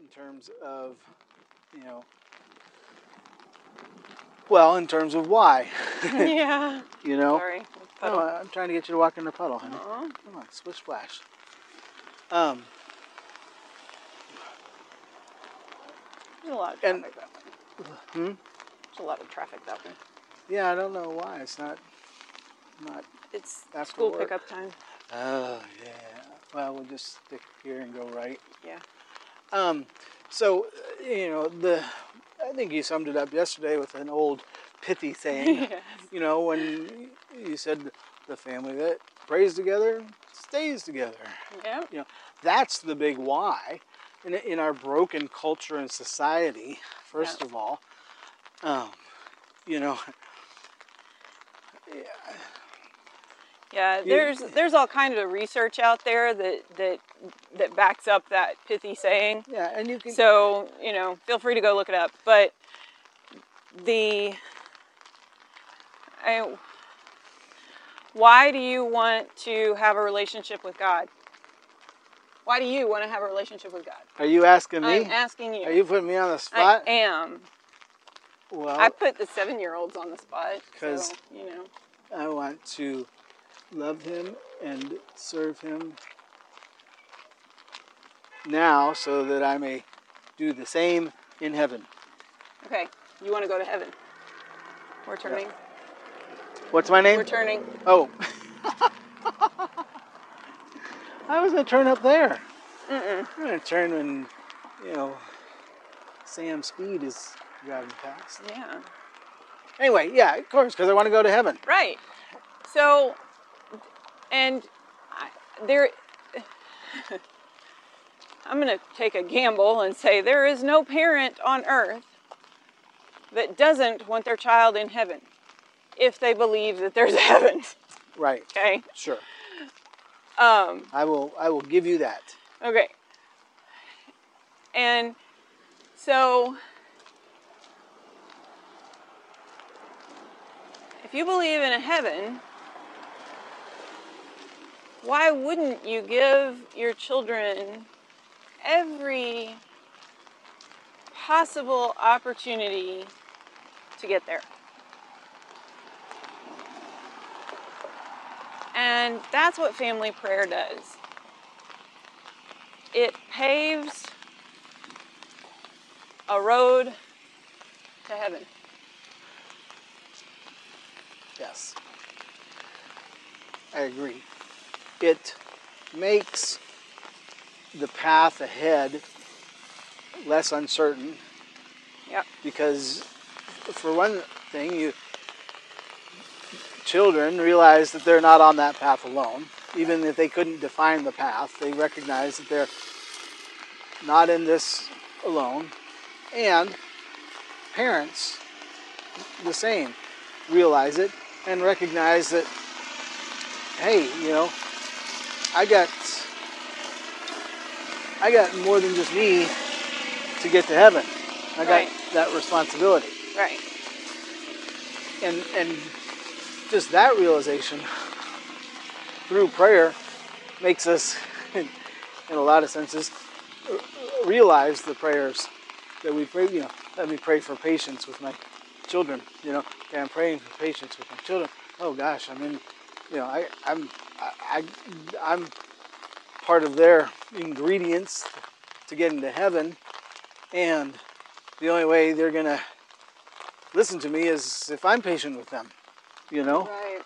in terms of, you know, well, in terms of why, yeah. you know. Sorry. No, I- I'm trying to get you to walk in the puddle, honey. Uh-huh. Come on, swish splash. Um, There's a lot of And- traffic that way. hmm? There's a lot of traffic that way. Yeah, I don't know why it's not, not. It's After school work. pickup time. Oh yeah. Well, we'll just stick here and go right. Yeah. Um, so uh, you know the, I think you summed it up yesterday with an old pithy saying. Yes. You know when you said the family that prays together stays together. Yeah. you know that's the big why in, in our broken culture and society first Yeah. of all um, you know Yeah, there's there's all kind of research out there that that that backs up that pithy saying. yeah and you can So you know, feel free to go look it up. But the I, why do you want to have a relationship with God? Why do you want to have a relationship with God? are you asking me I'm asking you. are you putting me on the I spot am. well I I, put the seven-year-olds on the spot. 'Cause- so, you know, want to love him and serve him now so that i may do the same in heaven okay, you want to go to heaven. We're turning. what's my name We're turning. oh i was gonna turn up there Mm-mm. I'm gonna turn when, you know, Sam Speed is driving past. Yeah. Anyway, yeah, of course, because I want to go to heaven. Right. So, and I, there, I'm going to take a gamble and say there is no parent on earth that doesn't want their child in heaven if they believe that there's a heaven. Right. Okay. Sure. Um, I will. I will give you that. Okay. And so if you believe in a heaven, why wouldn't you give your children every possible opportunity to get there? And that's what family prayer does it paves a road to heaven. Yes. I agree. It makes the path ahead less uncertain Yep. because, for one thing, you children realize that they're not on that path alone. Even if they couldn't define the path, they recognize that they're not in this alone. And parents, the same, realize it and recognize that, hey, you know, I got. I got more than just me to get to heaven. I got Right. that responsibility Right. and and just that realization through prayer makes us in, in a lot of senses r- realize the prayers that we pray you know let me pray for patience with my children you know okay, i'm praying for patience with my children oh gosh i'm in you know i i'm I, I i'm part of their ingredients to get into heaven and the only way they're gonna listen to me is if I'm patient with them, you know. Right.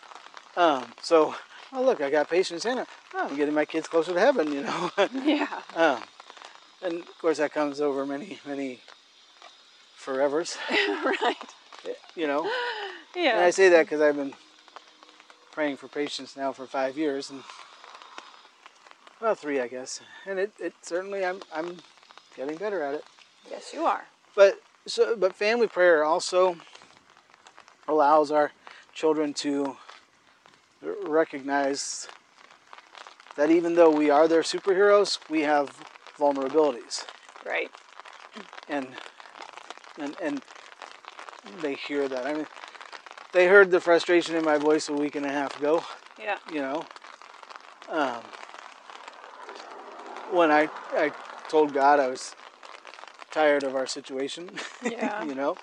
Um, so, oh look, I got patience in it. Oh, I'm getting my kids closer to heaven, you know. Yeah. um, and of course, that comes over many, many forevers, right. you know. Yeah. And I say that because I've been praying for patience now for five years, and well, three, I guess. And it, it certainly, I'm, I'm getting better at it. yes, you are. But so, but family prayer also allows our children to r- recognize that even though we are their superheroes, we have vulnerabilities, Right. and and and they hear that. I mean, they heard the frustration in my voice a week and a half ago Yeah. you know. Um, when I, I told God I was tired of our situation. Yeah. you know?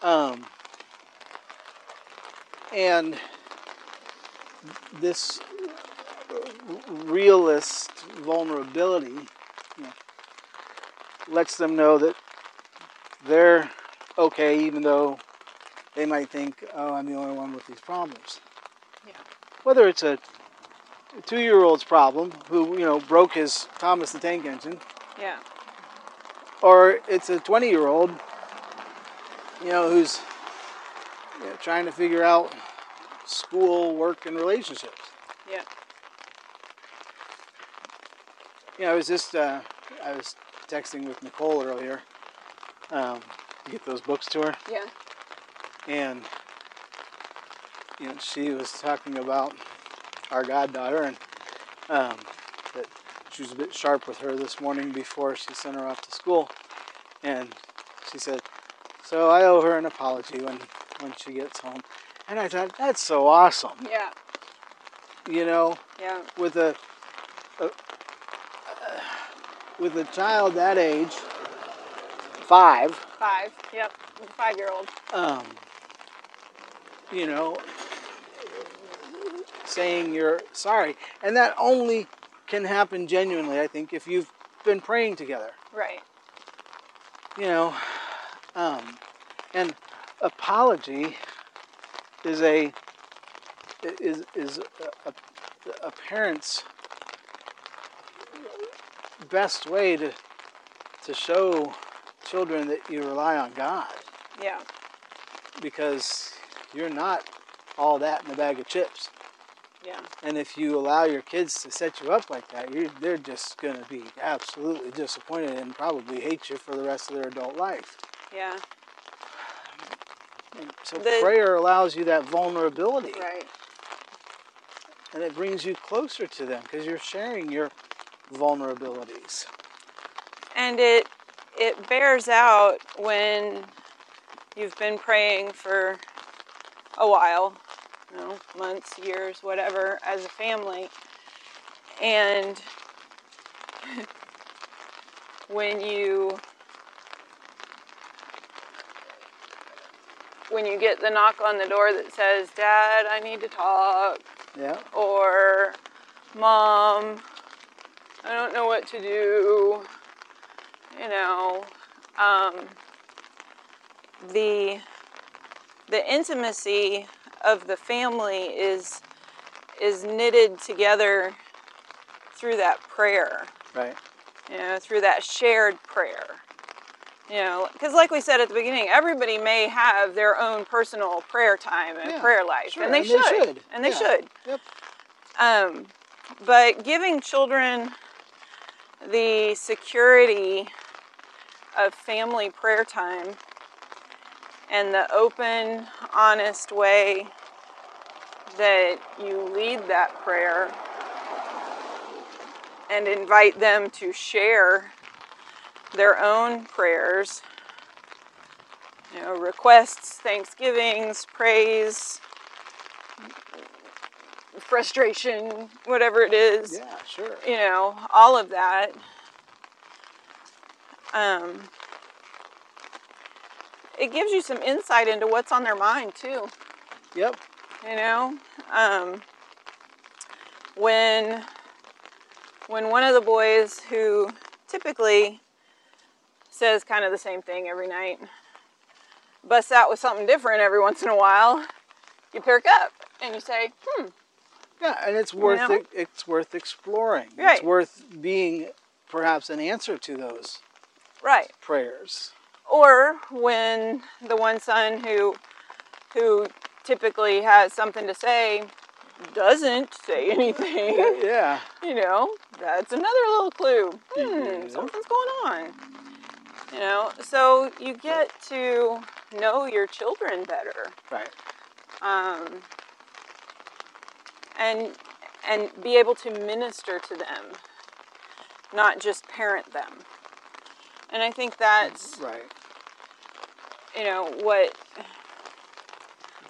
Um, and this realist vulnerability you know, lets them know that they're okay, even though they might think, oh, I'm the only one with these problems. Yeah. Whether it's a two year old's problem who, you know, broke his Thomas the Tank engine, Yeah. or it's a 20 year old, you know, who's you know, trying to figure out school, work, and relationships. Yeah. You know, I was just uh, I was texting with Nicole earlier um, to get those books to her, Yeah. and you know, she was talking about our goddaughter and um, that she was a bit sharp with her this morning before she sent her off to school, and she said, "So I owe her an apology when when she gets home." And I thought that's so awesome, Yeah. you know. Yeah. with a, a with a child that age, five, Five. Yep. Five year old. um, you know, saying you're sorry, and that only can happen genuinely, I think, if you've been praying together, Right. you know, um, and apology is a is is a, a, a parent's best way to to show children that you rely on God Yeah. because you're not all that in a bag of chips. Yeah. And if you allow your kids to set you up like that, you're, they're just going to be absolutely disappointed and probably hate you for the rest of their adult life. Yeah. So The- prayer allows you that vulnerability. Right. and it brings you closer to them because you're sharing your vulnerabilities. and it it bears out when you've been praying for a while you know months years whatever as a family and when you when you get the knock on the door that says dad i need to talk Yeah, or mom i don't know what to do you know um, the the intimacy of the family is is knitted together through that prayer right. you know, through that shared prayer. You know, because like we said at the beginning, everybody may have their own personal prayer time and Yeah, prayer life, sure, and they and they should, should, and they yeah, should. yep. Um, but giving children the security of family prayer time and the open, honest way that you lead that prayer and invite them to share their own prayers, you know, requests, thanksgivings, praise, frustration, whatever it is Yeah, sure. you know, all of that. Um, it gives you some insight into what's on their mind too. Yep. You know, um, when when one of the boys who typically says kind of the same thing every night busts out with something different every once in a while, you perk up and you say, "Hmm, Yeah, and it's worth know? it, it's worth exploring. It's Right. worth being perhaps an answer to those right." prayers. or when the one son who who typically has something to say doesn't say anything Yeah. you know that's another little clue hmm, Yeah. something's going on you know so you get to know your children better Right. um, and and be able to minister to them not just parent them and i think that's Right. you know what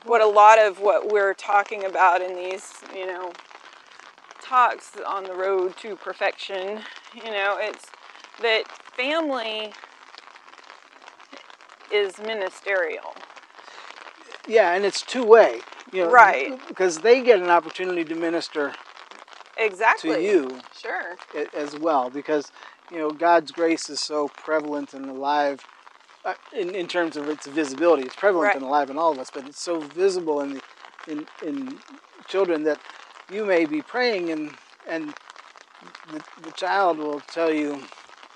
what a lot of what we're talking about in these you know talks on the road to perfection you know it's that family is ministerial. Yeah, and it's two way. You know, Right. Because they get an opportunity to minister Exactly. to you Sure. a- as well, because you know God's grace is so prevalent and alive. uh, In, in terms of its visibility, it's prevalent Right. and alive in all of us, but it's so visible in the, in in children that you may be praying and and the, the child will tell you,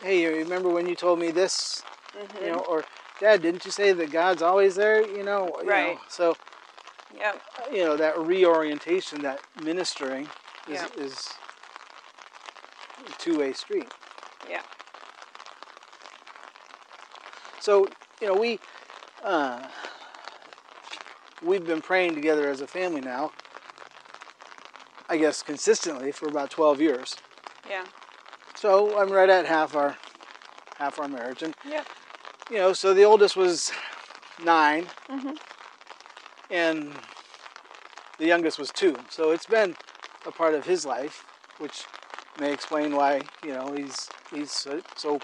"Hey, you remember when you told me this?" Mhm. You know, or "Dad, didn't you say that God's always there?" You know, you know, Right. so Yep. you know that reorientation that ministering is, Yeah. is a two-way street Yeah. so you know we uh, we've been praying together as a family now i guess consistently for about 12 years Yeah. so i'm right at half our half our marriage and Yep. you know so the oldest was 9 Mhm. and the youngest was two so it's been a part of his life which may explain why you know he's he's so, so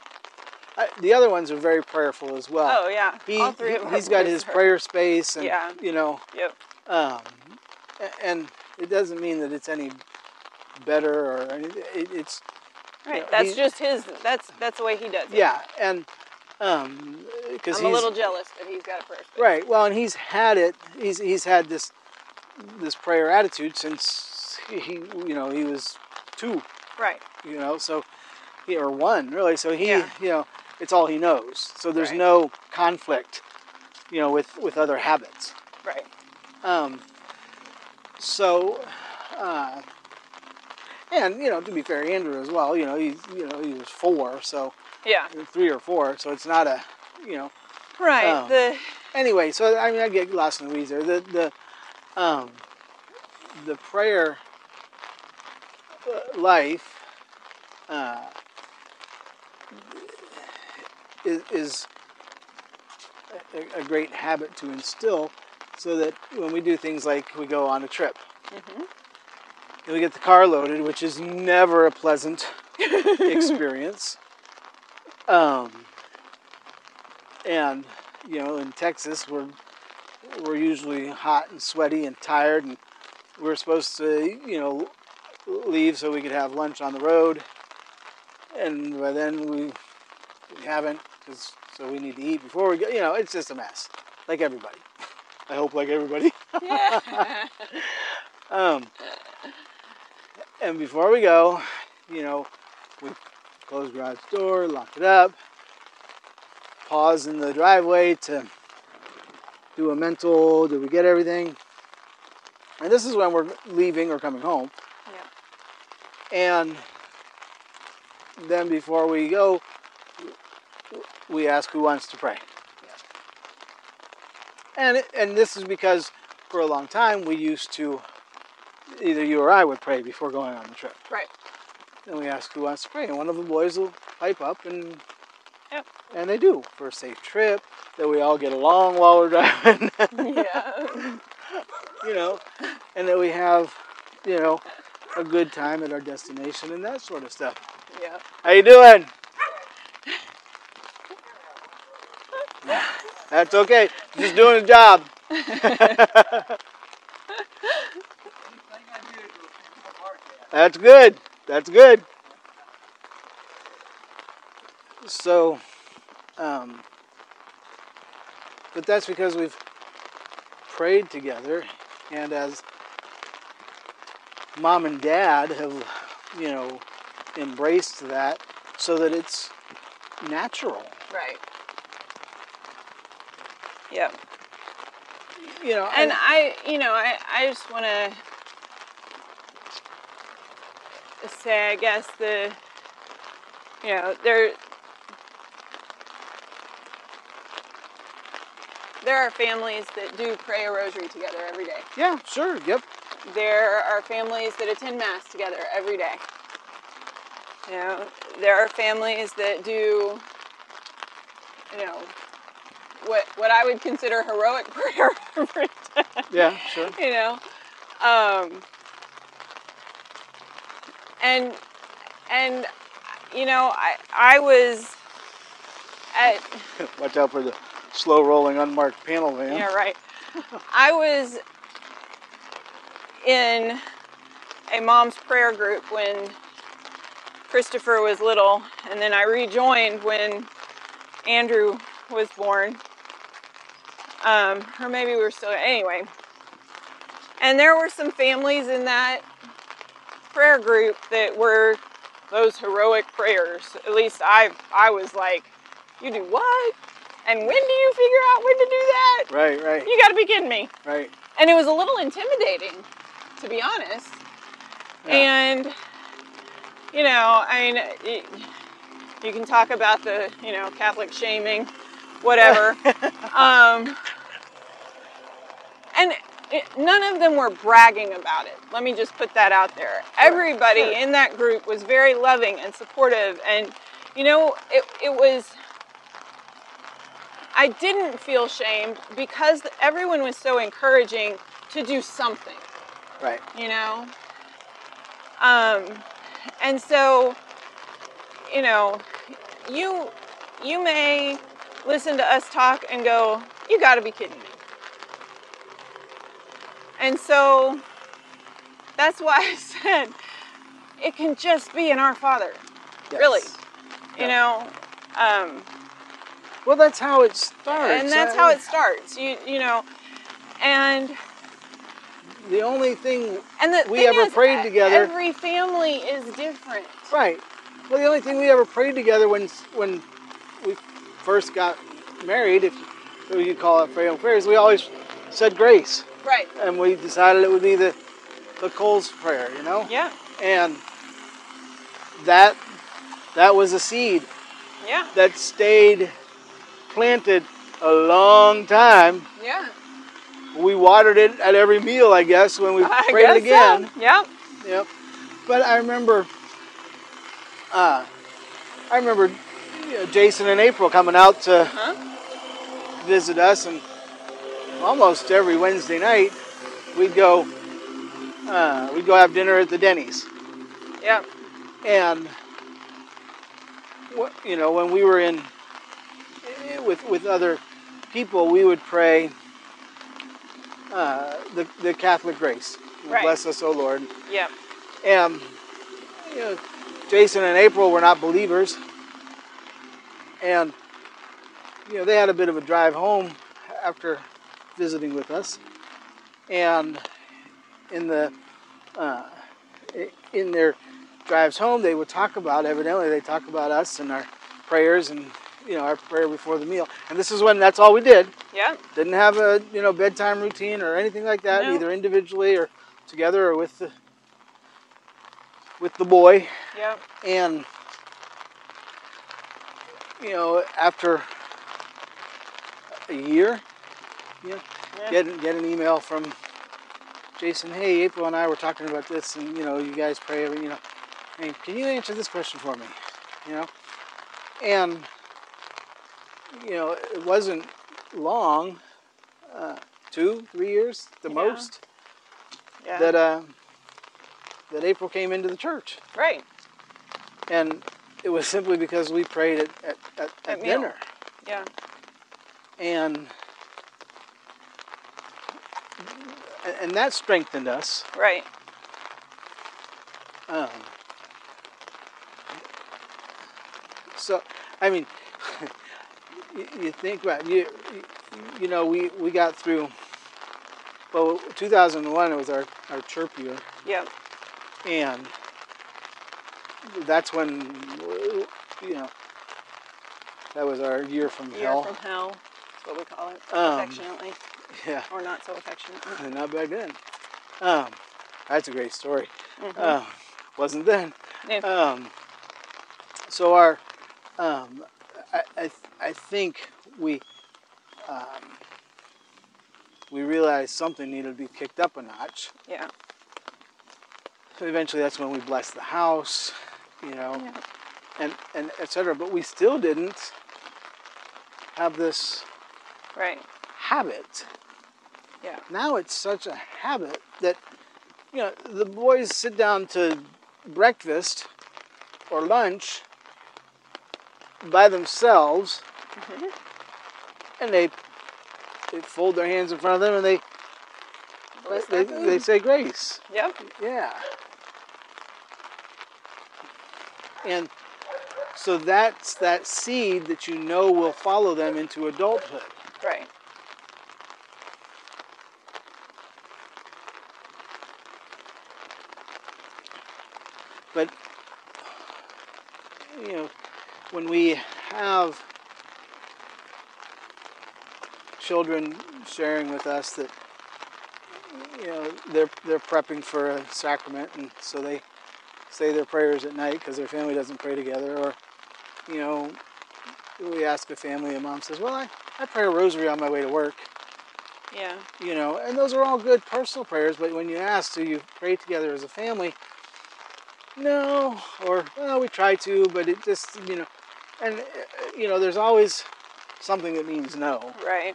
I, the other ones are very prayerful as well Oh yeah. he, All three he of our has got boys his are- prayer space and Yeah. you know Yep. um, a- and it doesn't mean that it's any better or any, it, it's Right. know, that's he- just his. That's that's the way he does it. yeah and um because I'm he's a little jealous that he's got a prayer. space. Right. Well, and he's had it. He's he's had this this prayer attitude since he you know he was two. Right. You know, so he or one really. So he Yeah. you know it's all he knows. So there's Right. no conflict. You know, with with other habits. Right. Um, so, uh, and you know, to be fair, Andrew as well. You know, he's you know he was four, so Yeah. three or four. So it's not a you know Right. Um, the anyway, so I mean, I get lost in the weeds there. The the um, the prayer uh, life uh, is, is a, a great habit to instill, so that when we do things like we go on a trip. And we get the car loaded, which is never a pleasant experience. Um, and you know, in Texas, we're we're usually hot and sweaty and tired, and we're supposed to you know leave so we could have lunch on the road, and by then we haven't, 'cause- so we need to eat before we go. You know, it's just a mess, like everybody. I hope, like everybody. yeah. Um, and before we go, you know, we close garage door, lock it up, pause in the driveway to do a mental, did we get everything? And this is when we're leaving or coming home. Yeah. And then before we go, we ask who wants to pray. And and this is because for a long time we used to either you or I would pray before going on the trip. Right. And we ask who wants to pray, and one of the boys will pipe up, and Yep. and they do for a safe trip. That we all get along while we're driving, Yeah. you know, and that we have, you know, a good time at our destination and that sort of stuff. yeah. How you doing? That's okay. Just doing a job. That's good. That's good. So, um, but that's because we've prayed together, and as mom and dad have, you know, embraced that so that it's natural. Right. Yep. You know, and I, you know, I, I just want to say, I guess the, you know, there, there are families that do pray a rosary together every day. yeah, sure, yep, There are families that attend mass together every day. You know, there are families that do, you know, what what I would consider heroic prayer every day yeah, sure, you know um and and you know i i was at Watch out for the slow rolling unmarked panel van. Yeah, right. I was in a mom's prayer group when Christopher was little, and then I rejoined when Andrew was born. Um, or maybe we were still, anyway. And there were some families in that prayer group that were those heroic prayers. At least I, I was like, you do what? And when do you figure out when to do that? Right, right, You gotta be kidding me. right. And it was a little intimidating, to be honest. Yeah. And, you know, I mean, it, you can talk about the, you know, Catholic shaming, whatever. um, and it, none of them were bragging about it. Let me just put that out there. Everybody sure. in that group was very loving and supportive. And, you know, it, it was. I didn't feel shamed because everyone was so encouraging to do something right. you know um and so you know you you may listen to us talk and go you got to be kidding me and so that's why i said it can just be in our father Yes. Really. Yeah. you know um Well, that's how it starts. Uh, and that's I- how it starts you you know and The only thing, and the We thing ever is, prayed e- together. every family is different right? Well, the only thing we ever prayed together when when we first got married, if we could call it prayer, prayers, we always said grace, right and we decided it would be the the Cole's prayer, you know. yeah And that that was a seed yeah that stayed planted a long time. Yeah. We watered it at every meal, I guess, when we prayed it again. So. Yep. Yep. But I remember, uh, I remember you know, Jason and April coming out to Huh? visit us, and almost every Wednesday night we'd go, uh, we'd go have dinner at the Denny's, Yep. and wh- you know when we were in eh, with with other people, we would pray uh, the the Catholic grace, Right. bless us, O Lord, Yep. and you know, Jason and April were not believers, and you know they had a bit of a drive home after visiting with us, and in the uh, i- in their drives home they would talk about evidently they talk about us and our prayers and you know our prayer before the meal, and this is when that's all we did. Yep. Didn't have a you know bedtime routine or anything like that, No. either individually or together or with the with the boy. Yep. And you know, after a year, Yeah. get get an email from Jason. Hey, April and I were talking about this, and you know, you guys pray every, you know. Hey, can you answer this question for me? You know, and you know, it wasn't long, uh, two, three years, the Yeah. most Yeah. that uh, that April came into the church, right. and it was simply because we prayed at at, at, at meal. dinner. Yeah. and and that strengthened us. Right. Um, so, I mean, you, you think about you, you- you know, we we got through. Well, 2001 it was our our chirp year, Yep. and that's when you know that was our year from Year hell. from hell. That's what we call it. Um, uh, affectionately, yeah. or not so affectionately. And not back then. Um, that's a great story. Mhm. Uh, wasn't then. Yeah. Um, so our, um, I, I, I think we, um, we realized something needed to be kicked up a notch. yeah. Eventually, that's when we blessed the house, you know, Yeah. and and etc. But we still didn't have this Right. habit. Yeah. Now it's such a habit that, you know, the boys sit down to breakfast or lunch by themselves and they they fold their hands in front of them and they Bless they, their they food. say grace. Yep. Yeah. And so that's that seed that you know will follow them into adulthood. Right. But you know, when we have children sharing with us that you know they're they're prepping for a sacrament, and so they say their prayers at night because their family doesn't pray together, or you know, we ask a family, and mom says, "Well, I, I pray a rosary on my way to work." Yeah. you know, and those are all good personal prayers, but when you ask, do you pray together as a family? No, or well, we try to, but it just, you know, and, uh, you know, there's always something that means no. Right.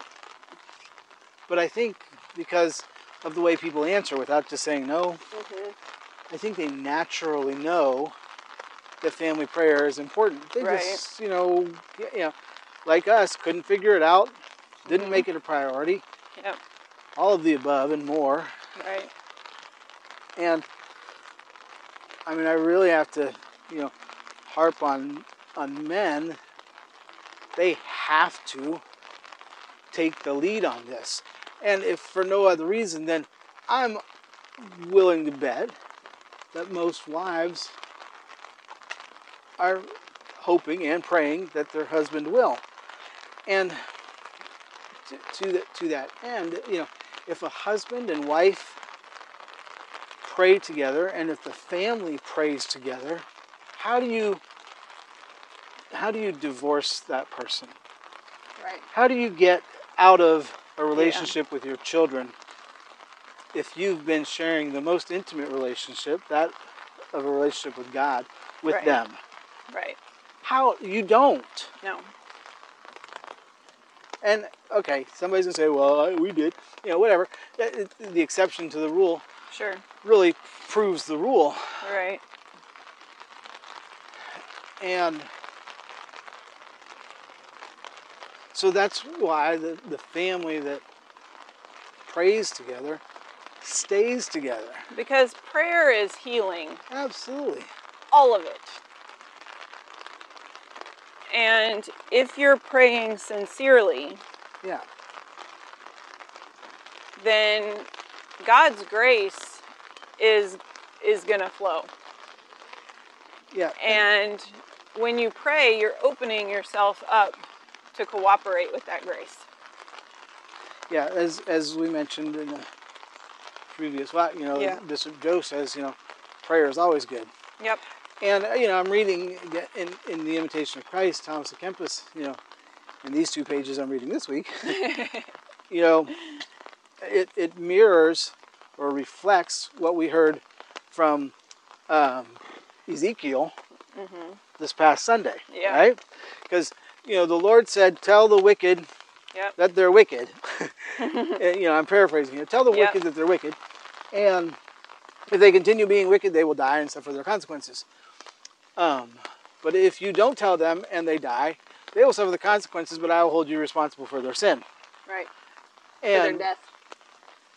But I think because of the way people answer without just saying no, I think they naturally know that family prayer is important. They Right. just, you know, y- you know, like us, couldn't figure it out, didn't Mhm. make it a priority, Yep. all of the above and more. Right. and I mean, I really have to, you know, harp on on men. They have to take the lead on this, and if for no other reason, then I'm willing to bet that most wives are hoping and praying that their husband will, and to, to that to that end, you know, if a husband and wife pray together and if the family prays together how do you how do you divorce that person Right. how do you get out of a relationship with your children if you've been sharing the most intimate relationship that of a relationship with god with Right. them Right. how you don't No. and okay somebody's gonna say well I- we did you know whatever That- it- the exception to the rule Sure. really proves the rule Right. And so that's why the, the family that prays together stays together. Because prayer is healing. Absolutely. all of it. And if you're praying sincerely, Yeah. then God's grace is is going to flow. Yeah. And when you pray, you're opening yourself up to cooperate with that grace. yeah. As, as we mentioned in the previous, lot, you know, Yeah. Bishop Joe says, you know, prayer is always good. Yep. And uh, you know, I'm reading the- in, in the Imitation of Christ, Thomas A. Kempis. You know, in these two pages I'm reading this week, you know, it, it mirrors or reflects what we heard from um, Ezekiel this past Sunday, Yeah. right? Because you know, the Lord said, "Tell the wicked Yep. that they're wicked." And, you know, I'm paraphrasing here. Tell the Yeah. wicked that they're wicked, and if they continue being wicked, they will die and suffer their consequences. Um, but if you don't tell them and they die, they will suffer the consequences. But I will hold you responsible for their sin Right. and death.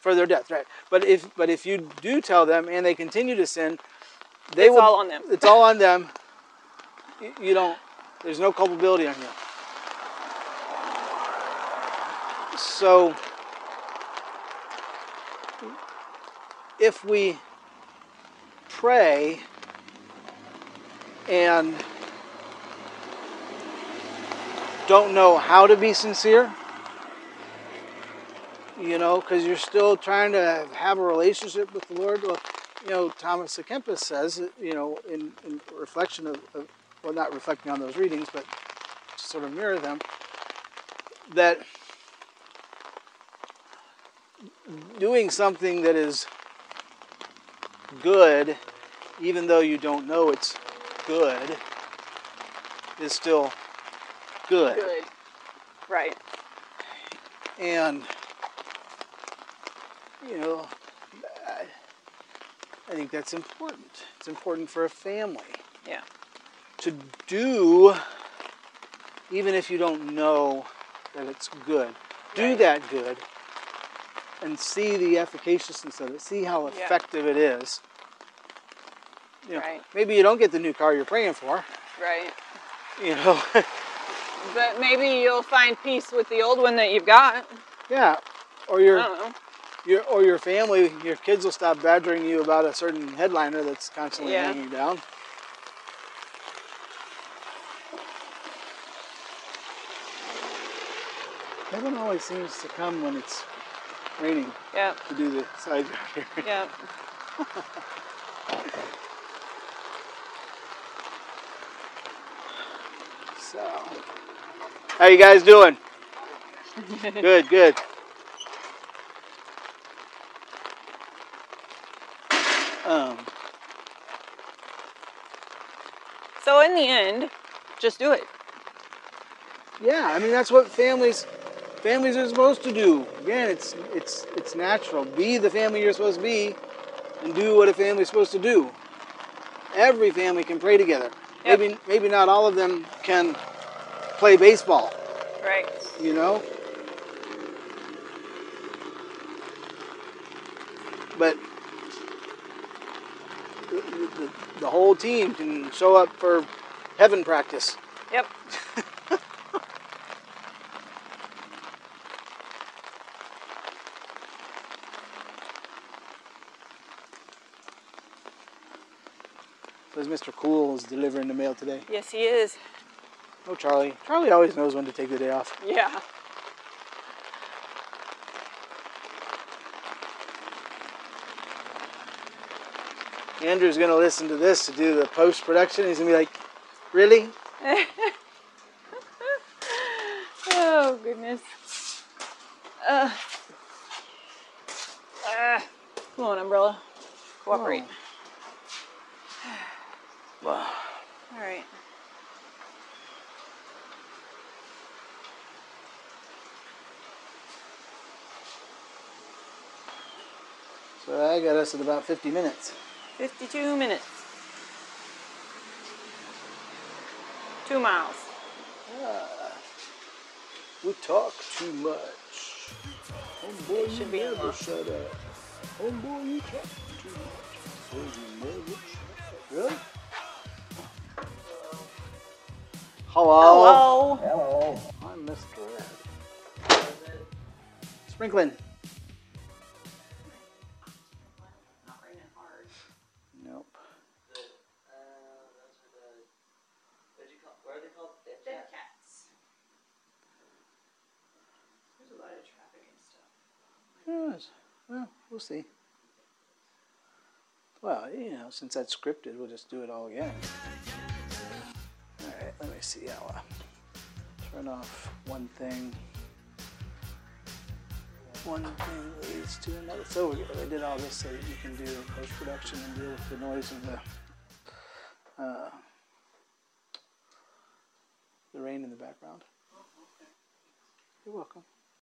for their death, right? But if but if you do tell them and they continue to sin, they It's will, all on them. It's all on them. You, you don't. There's no culpability on you. So if we pray and don't know how to be sincere, you know, because you're still trying to have a relationship with the Lord. Well, you know, Thomas A. Kempis says, you know, in, in reflection of, of, well, not reflecting on those readings, but to sort of mirror them, that doing something that is good, even though you don't know it's good, is still good. Right. and you know I, I think that's important it's important for a family Yeah. to do even if you don't know that it's good. Do that good and see the efficaciousness of it. See how Yeah. effective it is. You know, Right. Maybe you don't get the new car you're praying for, right. you know. But maybe you'll find peace with the old one that you've got. yeah. Or your I don't know. your or your family, your kids will stop badgering you about a certain headliner that's constantly Yeah. hanging down. Heaven always seems to come when it's raining Yep. to do the side yard here. Yep. So, how you guys doing? good, good. Um, So in the end, just do it. yeah, I mean that's what families families are supposed to do. Again, it's it's it's natural. Be the family you're supposed to be, and do what a family's supposed to do. Every family can pray together. Yep. Maybe maybe not all of them can play baseball. Right. you know? But the, the, the whole team can show up for heaven practice. Yep. Says Mr. Cool is delivering the mail today. Yes, he is. Oh, Charlie. Charlie always knows when to take the day off. Yeah. Andrew's going to listen to this to do the post production. He's going to be like, really? Oh goodness. Uh, uh, come on, umbrella. Cooperate. Wow. All right. So I got us at about 50 minutes. 52 minutes. Two miles. We talk too much. Homeboy, should you be never unlocked. shut up. Homeboy, you talk too much. Homeboy, you never shut up. Really? Oh. Hello. Hello. Hello. I'm Mr. Red. Sprinkling. Nope. Uh, Yes. Well, we'll see. Well, you know, since that's scripted, we'll just do it all again. All right, let me see. I'll uh, turn off one thing. One thing leads to another. So we we did all this so that you can do post production and deal with the noise of the uh, the rain in the background. You're welcome.